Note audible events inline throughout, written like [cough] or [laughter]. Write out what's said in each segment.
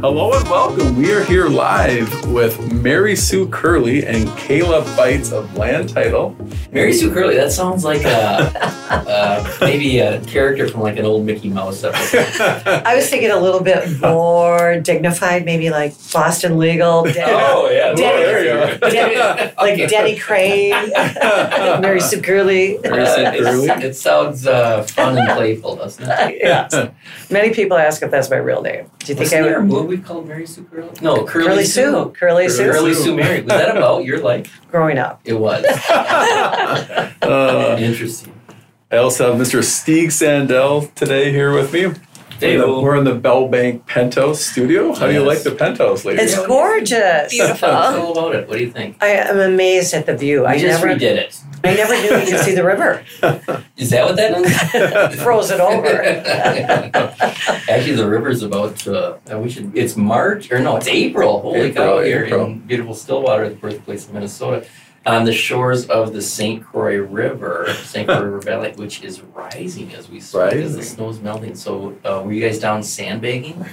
Hello and welcome. We are here live with Mary Sue Curley and Caleb Bites of Land Title. [laughs] Mary Sue Curley, that sounds like a, uh, maybe a character from like an old Mickey Mouse episode. I was thinking a little [laughs] bit more dignified, maybe like Boston [laughs] legal, Den- [laughs] Oh yeah, Denny. there you Denny. [laughs] like [laughs] Denny Crane, are. Mary Sue Curley. Uh, It's- Curley? it's- it sounds uh, fun and playful, doesn't it? [laughs] [laughs] yes. Uh, Many people ask if that's my real name. Do you think Wasn't I there a would? movie called Mary Sue Curley? No, Curly, Curly Sue. Sue. Curly Sue. Curly Sue. Sue Mary. Was that about your life? Growing up. It was. [laughs] Uh, Interesting. I also have Mr. Stieg Sandel today here with me. Dave, We're in the- We're in the Bellbank Penthouse studio. How do you like Yes. the Penthouse, ladies? It's gorgeous. Beautiful. tell us all about it. What do you think? I am amazed at the view. I I just never, redid it. I never knew you could see [laughs] the river. [laughs] Is that what that is? Frozen over. [laughs] Actually, the river's about. Uh, uh, we should. It's March or no? It's April. Holy April, cow! Here April. in beautiful Stillwater, the birthplace of Minnesota, on the shores of the St. Croix River, St. Croix River Valley, which is rising as we speak as Rising. the snow's melting. So, uh, were you guys down sandbagging?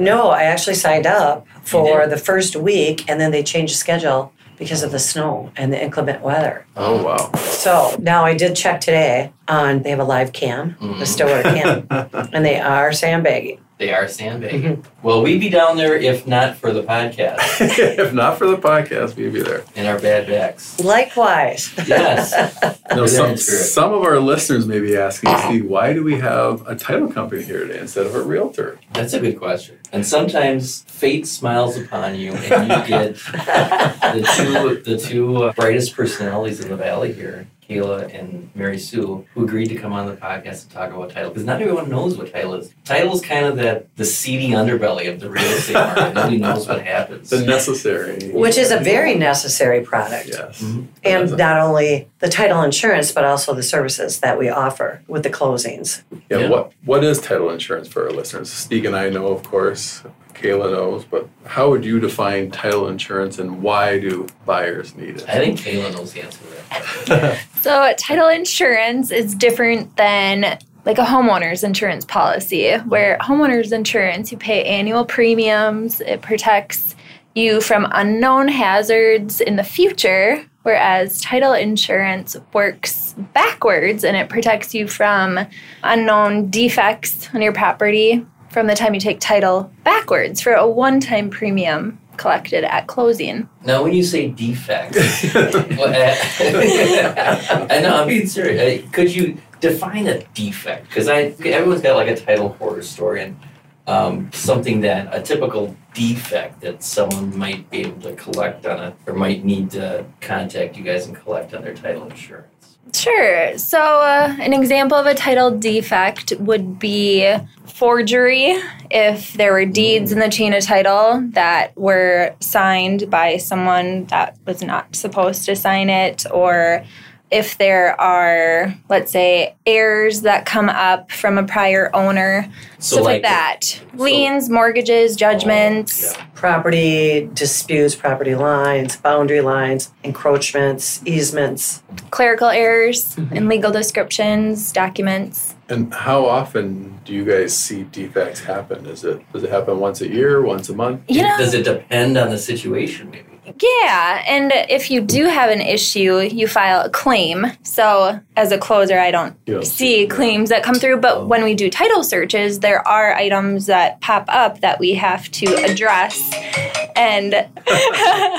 No, I actually signed up You for the first week and then they changed the schedule because of the snow and the inclement weather. oh wow. So now I did check today on they have a live cam, Mhm. the [laughs] Stillwater cam, and they are sandbagging. They are sandbagging. Well, we'd be down there if not for the podcast [laughs] if not for the podcast, we'd be there. and our bad [laughs] backs. Likewise, Yes. No, We're there some, in spirit. some of our listeners may be asking, Steve, why do we have a title company here today instead of a [laughs] realtor? That's a good question. And sometimes fate smiles upon you, and you get the two the two uh, brightest personalities in the valley here, Kayla and Mary Sue, who agreed to come on the podcast and talk about title because not everyone knows what title is. Title is kind of that the seedy underbelly of the real estate market. Nobody knows what happens. [laughs] The necessary. [laughs] which is a very necessary product. Yes. Mhm. And not only the title insurance, but also the services that we offer with the closings. Yeah, Yeah. What What is title insurance for our listeners? Steve and I know, of course. Kayla knows, but how would you define title insurance and why do buyers need I it? think Kayla knows the answer to that. So, title insurance is different than like a homeowner's insurance policy, where homeowner's insurance, you pay annual premiums, it protects you from unknown hazards in the future, whereas title insurance works backwards and it protects you from unknown defects on your property from the time you take title backwards for a one time premium collected at closing. Now, when you say defects, what- uh, [laughs] I know I'm being serious. Uh, Could you define a defect? Because I everyone's got like a title horror story and um, something that a typical defect that someone might be able to collect on a or might need to contact you guys and collect on their title insurance. Sure. So, uh, an example of a title defect would be forgery if there were deeds in the chain of title that were signed by someone that was not supposed to sign it, or if there are, let's say, heirs that come up from a prior owner, So like stuff oh, like, that. Liens, mortgages, judgments. Yeah. Property disputes, property lines, boundary lines, encroachments, easements. Clerical errors in legal descriptions, documents. [laughs] And how often do you guys see defects happen? Is it does it happen once a year, once a month? You know, Does it depend on the situation? Maybe. [laughs] Yeah, and if you do have an issue, you file a claim. So, as a closer, I don't You know, [laughs] [laughs] see claims that come through, Oh. but when we do title searches, there are items that pop up that we have to address. And [laughs]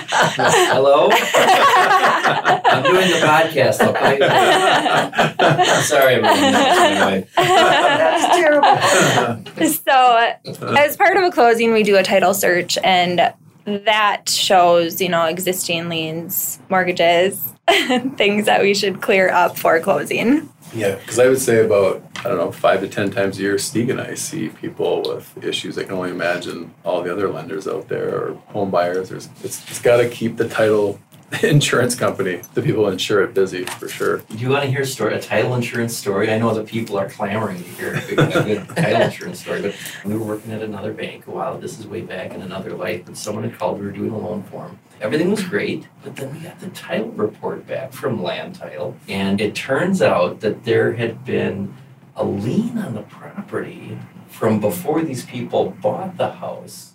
Hello. I'm doing the podcast. [laughs] Okay? I'm sorry, everyone. Anyway. Oh, That's terrible. [laughs] so, as part of a closing, we do a title search, and that shows, you know, existing liens, mortgages, [laughs] things that we should clear up for closing. Yeah, because I would say about I don't know five to ten times a year, Steve and I see people with issues. I can only imagine all the other lenders out there or home buyers. There's, it's, it's got to keep the title [laughs] insurance company, the people who insure it, busy for sure. Do you want to hear a story, a title insurance story? I know that people are clamoring to hear a good- a good title insurance story, but we were working at another bank a while. This is way back in another life, and someone had called. We were doing a loan for 'em. Everything was great, but then we got the title report back from Land Title, and it turns out that there had been a lien on the property from before these people bought the house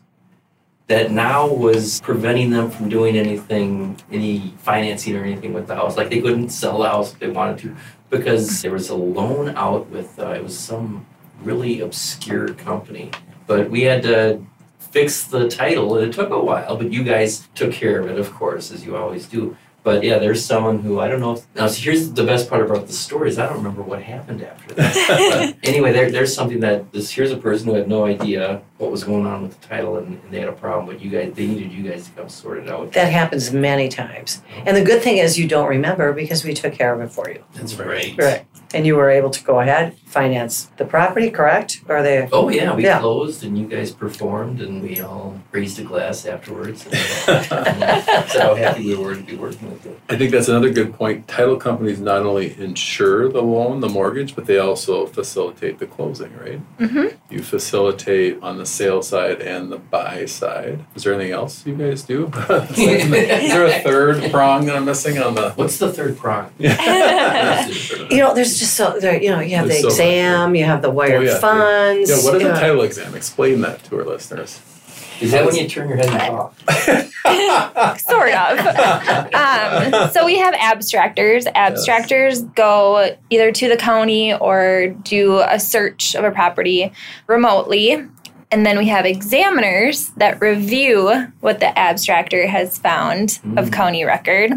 that now was preventing them from doing anything, any financing or anything with the house. Like they couldn't sell the house if they wanted to because there was a loan out with, uh, it was some really obscure company. But we had to fix the title and it took a while, but you guys took care of it, of course, as you always do. But yeah, there's someone who I don't know. If, now, so here's the best part about the story is I don't remember what happened after that. But anyway, there, there's something that this here's a person who had no idea what was going on with the title and, and they had a problem, but you guys they needed you guys to come sort it out. That happens many times. And the good thing is you don't remember because we took care of it for you. That's right. Right. And you were able to go ahead, finance the property, correct? Or the Oh yeah, we Yeah. closed and you guys performed and we all raised a glass afterwards. And, so how happy we were to be working with you. I think that's another good point. Title companies not only insure the loan, the mortgage, but they also facilitate the closing, right? Mhm. You facilitate on the sale side and the buy side. Is there anything else you guys do? [laughs] is there a third prong that I'm missing on [laughs] the? What's the [laughs] third prong? yeah, you know, there's just so there. You know, you have the There's so much, Oh, exam, you have the [laughs] wired yeah. funds. what is you a know. title exam? Explain that to our listeners. Is that when you turn your head and talk? [laughs] sort of. um, so we have abstractors. Abstractors go either to the county or do a search of a property remotely. And then we have examiners that review what the abstractor has found of Mm. county record.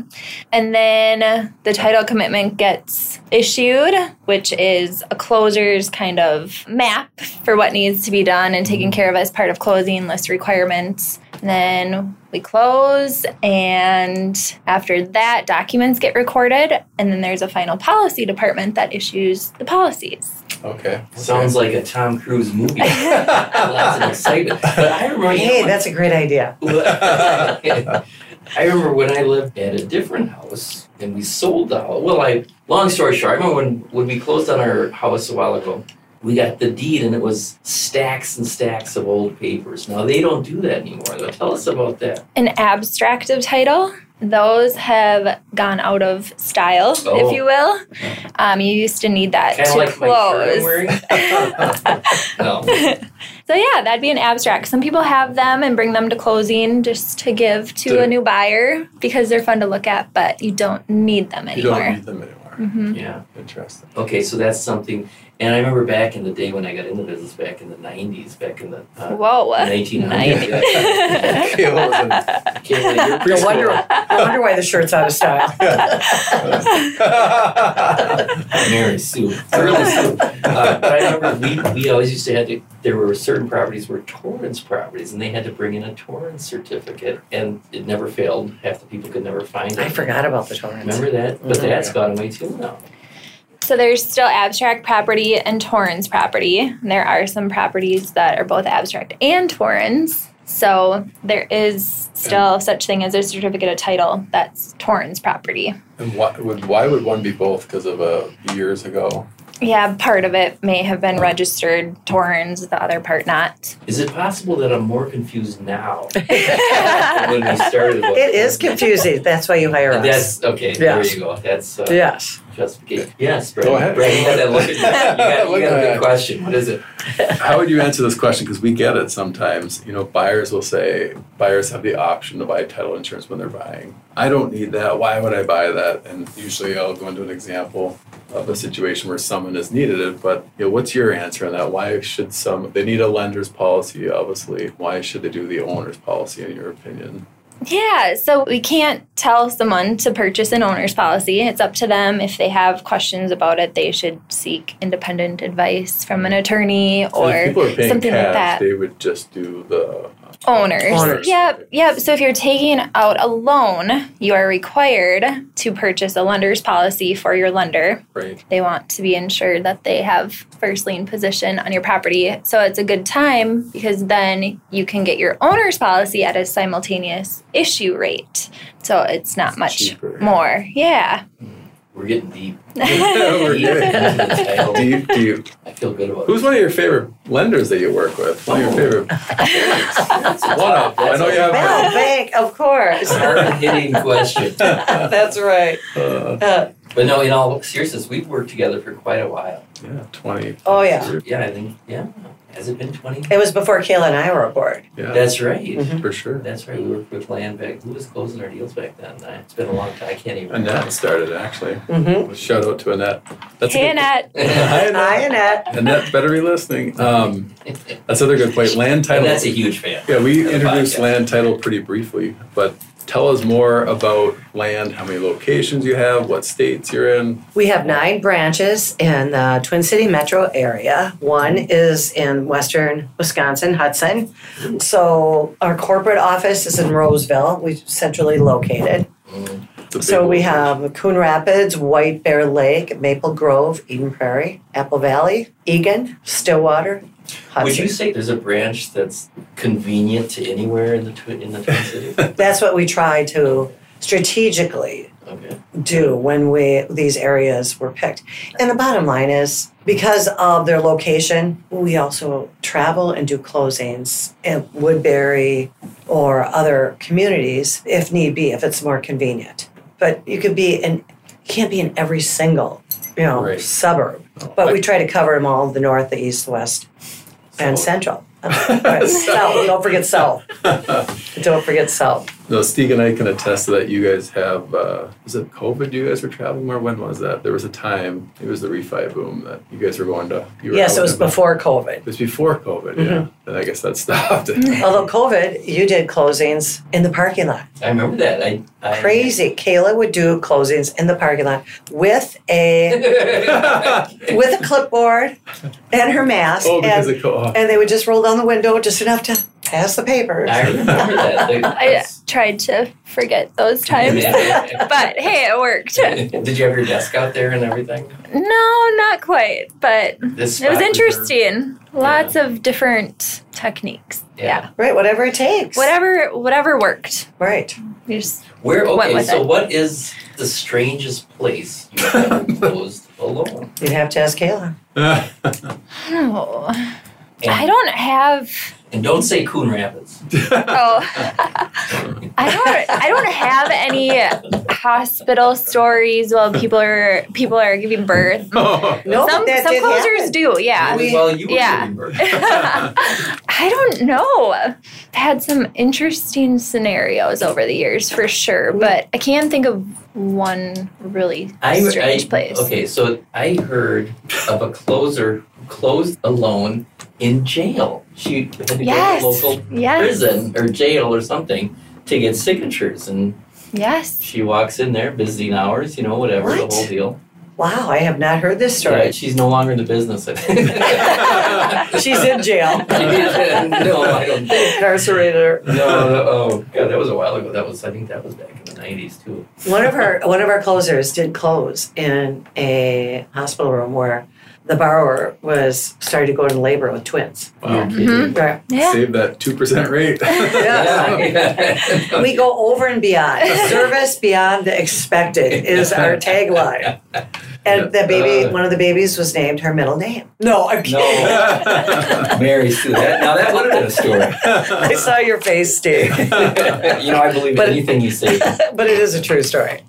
And then the title commitment gets issued, which is a closer's kind of map for what needs to be done and taken care of as part of closing list requirements. And then we close, and after that, documents get recorded, and then there's a final policy department that issues the policies. [laughs] Okay. [laughs] [laughs] Sounds like a Tom Cruise [laughs] movie. Lots of excitement. But I remember. you know, Hey, when- that's a great idea. [laughs] I remember when I lived at a different house and we sold the house. Well, I long story short, I remember when when we closed on our house a while ago. We got the deed and it was stacks and stacks of old papers. Now they don't do that anymore. Though. Tell us about that. An abstract of title, those have gone out of style, Oh. if you will. Um, you used to need that Kind to of like close. [laughs] my shirt I'm wearing. no. So yeah, that'd be an abstract. Some people have them and bring them to closing just to give to To- a new buyer because they're fun to look at, but you don't need them You don't anymore. need them anymore. hmm Yeah. [laughs] Interesting. Okay, so that's something. And I remember back in the day when I got into business, back in the '90s, back in the uh, Whoa. 1990s. [laughs] Okay, well, then- Okay, well, you're No preschool. wonder, no wonder why the shirt's out of style. [laughs] Mary Sue. Early Sue. Uh, but I remember we, we always used to have to, there were certain properties were Torrance properties, and they had to bring in a Torrance certificate, and it never failed. Half the people could never find it. I forgot about the Torrens. Remember that? But Mhm. Mm-hmm. that's gone away too now. [laughs] So there's still abstract property and Torrens property. And there are some properties that are both abstract and Torrens. So there is still such thing as a certificate of title that's Torrens property. and why would why would one be both? Because of uh, years ago. Yeah, part of it may have been registered Torrens, the other part not. Is it possible that I'm more confused now [laughs] than when we started? about It this? is confusing. That's why you hire us. That's okay. Yes. There you go. That's uh, yes. justification. Yes, Brad. Go ahead. Brad, you got that look [laughs] at you. You got, you Look got a at good it. question. What is it? How would you answer this question? Because we get it sometimes. You know, buyers will say buyers have the option to buy title insurance when they're buying. I don't need that. Why would I buy that? And usually, I'll go into an example of a situation where someone has needed it. But you know, what's your answer on that? Why should some? They need a lender's policy, obviously. Why should they do the owner's policy, in your opinion? Yeah, so we can't tell someone to purchase an owner's policy. It's up to them. If they have questions about it, they should seek independent advice from an attorney So if [laughs] or people are paying something cash, like that. They would just do the uh, Owners. Owners. Yep, yep. So if you're taking out a loan, you are required to purchase a lender's policy for your lender. Right. They want to be ensured that they have first lien position on your property. So it's a good time because then you can get your owner's policy at a simultaneous issue rate. So it's not much cheaper. more. Yeah. We're getting deep. [laughs] We're Deep getting [laughs] into the title. Deep, deep. I feel good about Who's one of your favorite lenders that you work with? One of your favorite. [laughs] One of. I know you Well, have. bank, of [laughs] course. it. Hard hitting question. That's right. Uh, Uh, But no, in all seriousness, we've worked together for quite a while. yeah, twenty. oh yeah. Yeah, I think, yeah. Has it been 20? It was before Kayla and I were aboard. Yeah, That's right. Mhm. for sure. That's right. We worked with Land back. Who was closing our deals back then? I- It's been a long time. I can't even. Annette started actually. Mm-hmm. Shout out to Annette. [laughs] That's a hey, good- Annette. [laughs] Hi, Hi, Annette. Annette. Annette better be listening. Um, and that's another good point. Land title. that's a huge fan. Yeah, we Podcast. introduced land title pretty briefly, but tell us more about land, how many locations you have, what states you're in. We have nine branches in the Twin City metro area. One is in western Wisconsin, Hudson. So our corporate office is in Roseville. We're centrally located. Mm. It's a big So we location. have Coon Rapids, White Bear Lake, Maple Grove, Eden Prairie, Apple Valley, Eagan, Stillwater, Would you Hudson. say there's a branch that's convenient to anywhere in the twi- in the Twin [laughs] Cities? That's what we try to strategically Okay. do when we these areas were picked. And the bottom line is because of their location, we also travel and do closings in Woodbury or other communities if need be, if it's more convenient. But you could be in you can't be in every single, you know, Right. suburb. Oh, But I- we try to cover them all the north, the east, west, and So- central. Right, south. Don't forget south. Don't forget south. [laughs] No, Steve and I can attest to that. You guys have, uh, was it COVID you guys were traveling or when was that? There was a time, it was the refi boom that you guys were going to. You were Yes, it out was and about. before COVID. It was before COVID, yeah. And I guess that stopped. [laughs] Although COVID, you did closings in the parking lot. I remember that. I, I [laughs] Crazy. Kayla would do closings in the parking lot with a [laughs] with a clipboard and her mask, [laughs] oh, because and, it co- oh, [laughs] and they would just roll down the window just enough to pass the papers. I remember that. Like, I that's- tried to forget those times, [laughs] but hey, it worked. Did you have your desk out there and everything? No, not quite, but This it spot was there- interesting. Lots of different techniques. Yeah. Yeah. Right, whatever it takes. Whatever whatever worked. Right. We just Where Went okay, with so it. what is the strangest place you have ever closed alone? You'd have to ask Kayla. oh, And, I don't have and don't say Coon Rapids. oh [laughs] I don't I don't have any hospital stories while people are people are giving birth. No, some that some did closures happen. do, yeah. We- well, you were yeah. giving birth. [laughs] I don't know. I've had some interesting scenarios over the years for sure, but I can think of one really I, strange I- place. Okay, so I heard of a closer who closed alone in jail. She had to Yes. go to a local Yes. prison or jail or something to get signatures, and Yes. she walks in there, busy hours, you know, whatever What? the whole deal. Wow, I have not heard this Yeah, story. she's no longer in the business. I think. She's in [laughs] jail. no, I don't. think- Incarcerated. her. [laughs] No, no, oh, God, that was a while ago. That was, I think, that was back in the '90s too. One of our one of our closers did close in a hospital room where the borrower was starting to go into labor with twins. Wow. Mhm. Right. Yeah. [laughs] Save that 2% [laughs] rate. Oh, [laughs] Yeah. We go [laughs] over and beyond. [laughs] Service beyond the expected is our tagline. And the baby, Uh. one of the babies was named her middle name. No, I'm No. kidding. Mary Sue. That, now that would have been a story. [laughs] [laughs] I saw your face, Steve. you know, I believe But- anything you say. but it is a true story.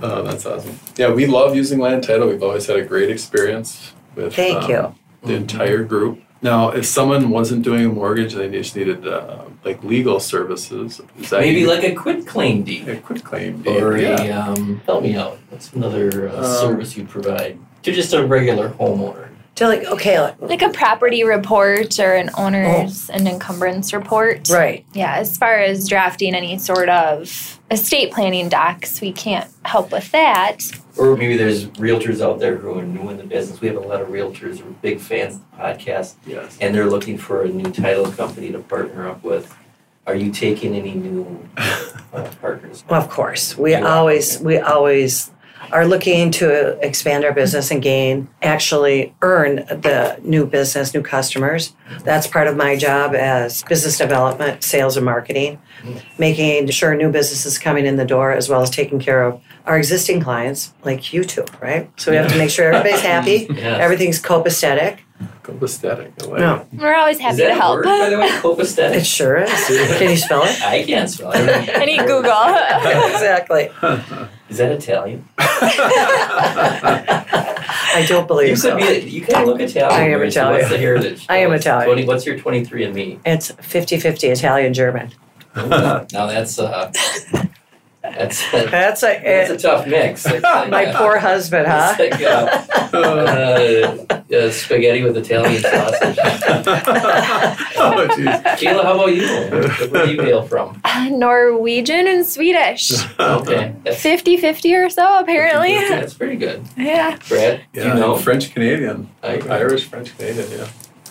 Oh, that's awesome. Yeah, we love using land title. We've always had a great experience with um, Thank you. the entire group. Now, if someone wasn't doing a mortgage and they just needed uh, like legal services, is that Maybe you- like a quit claim deed a quick claim deed? or yeah. a um, help me out. What's another uh, Um, service you provide to just a regular homeowner? To like, okay, like, Like a property report or an Oh. owner's and encumbrance report. right. Yeah, as far as drafting any sort of estate planning docs, we can't help with that. Or maybe there's realtors out there who are new in the business. We have a lot of realtors who are big fans of the podcast, Yes. and they're looking for a new title company to partner up with. Are you taking any new [laughs] uh, partners? Well, of course, we Yeah. always we always are looking to expand our business and gain actually earn the new business, new customers. That's part of my job as business development, sales and marketing, making sure new business is coming in the door as well as taking care of our existing clients like you two, right? So we have to make sure [laughs] everybody's [laughs] happy, Yeah. everything's copacetic. Copacetic. I like No. We're always happy Is that to a help. word, by the [laughs] way? Copacetic? It sure [laughs] is. Can you spell it? [laughs] I can't spell it. I need Google. exactly. it. [laughs] Is that Italian? I don't believe You so. could be. You kind of look Italian. I am Mary, so What's Italian. the heritage? I am What's Italian. 20, what's your twenty-three and [laughs] me? It's 50 50 Italian German. now that's uh, that's [laughs] that's That's a, a tough [laughs] mix. It's like, Eh. my uh, poor husband, huh? It's like uh, uh, uh, spaghetti with Italian sausage. [laughs] oh, jeez. Kayla, how about you? Where do you hail from? [laughs] Uh, [laughs] Norwegian and Swedish. Okay, that's 50 50 or so, apparently. That's pretty good. [laughs] Yeah. Brad, Yeah, do you know? French Canadian, I- Irish French Canadian. Yeah.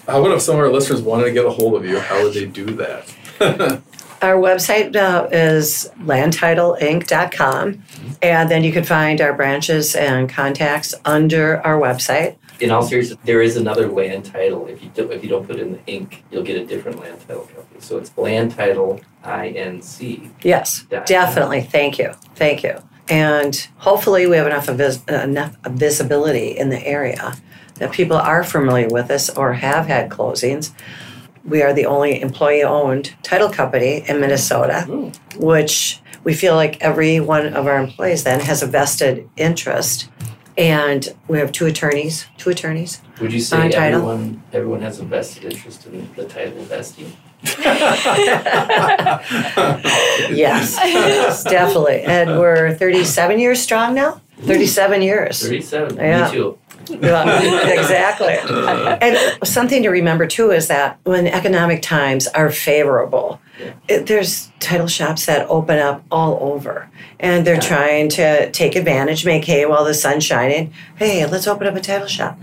How about if some of our listeners wanted to get a hold of you? How would they do that? [laughs] [laughs] Our website uh, is landtitleinc.com, and then you can find our branches and contacts under our website. In all seriousness, there is another land title. If you do, if you don't put in the ink, you'll get a different land title company. So it's land title I N C. Yes, definitely. Thank you. Thank you. And hopefully, we have enough, of vis- enough of visibility in the area that people are familiar with us or have had closings. We are the only employee owned title company in Minnesota. [laughs] which we feel like every one of our employees then has a vested interest. And we have two attorneys, two attorneys. Would you say Land title. everyone everyone has a vested interest in the title vesting? Yes, [laughs] yes, definitely. And we're 37 years strong now. 37 years. Thirty-seven. Yeah. Me too. Yeah, [laughs] exactly. And something to remember too is that when economic times are favorable, Yeah. it, there's title shops that open up all over and they're Yeah. trying to take advantage, make hay while the sun's shining. Hey, let's open up a title shop.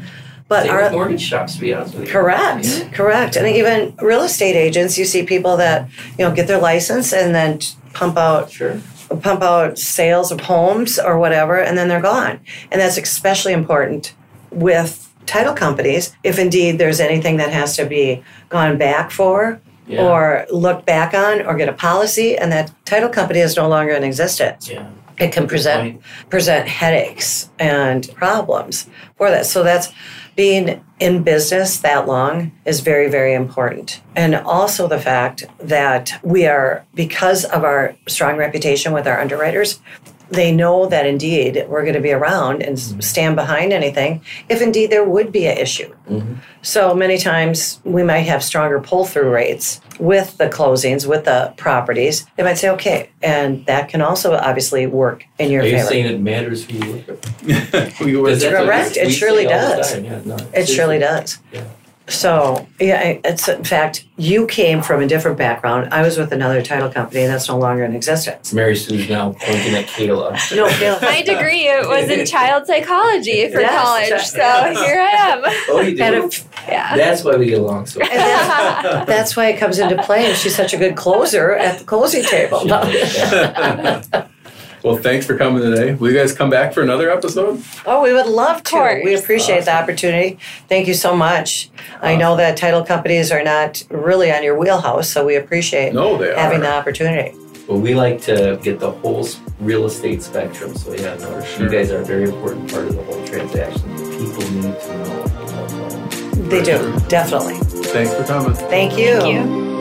But Same our, with mortgage shops, to be honest with you. Correct, Yeah. correct. And even real estate agents, you see people that you know get their license and then t- pump out Sure. pump out sales of homes or whatever, and then they're gone. And that's especially important with title companies, if indeed there's anything that has to be gone back for. Yeah. Or looked back on, or get a policy, and that title company is no longer in existence. Yeah. It can present Right. present headaches and problems for that. So that's being in business that long is very, very important. And also the fact that we are, because of our strong reputation with our underwriters, they know that indeed we're going to be around and Mm-hmm. s- stand behind anything if indeed there would be an issue. Mm-hmm. So many times we might have stronger pull through rates with the closings, with the properties. They might say, okay, and that can also obviously work in your Are you favor. saying it matters who you work [laughs] with? we were Because that's what Correct. we- It we surely say all the does. time, yeah, no, It seriously. surely does. Yeah. So, yeah, it's in fact, you came from a different background. I was with another title company that's no longer in existence. Mary Sue's now pointing at Kayla. [laughs] No, Gail. My degree it [laughs] was in child psychology for Yes. college, so here I Oh, you do? And if- uh, am. Yeah. That's why we get along so And that's- [laughs] That's why it comes into play. And she's such a good closer at the closing table. well, thanks for coming today. Will you guys come back for another episode? [laughs] Oh, we would love to. course. We appreciate the opportunity. Thank you so much. I know that title companies are not really on your wheelhouse, so we appreciate No, they having are. the opportunity. But we like to get the whole s- real estate spectrum. So yeah, no, Sure. you guys are a very important part of the whole transaction. People need to know. They do, definitely. Thanks for coming. Thank Thank you.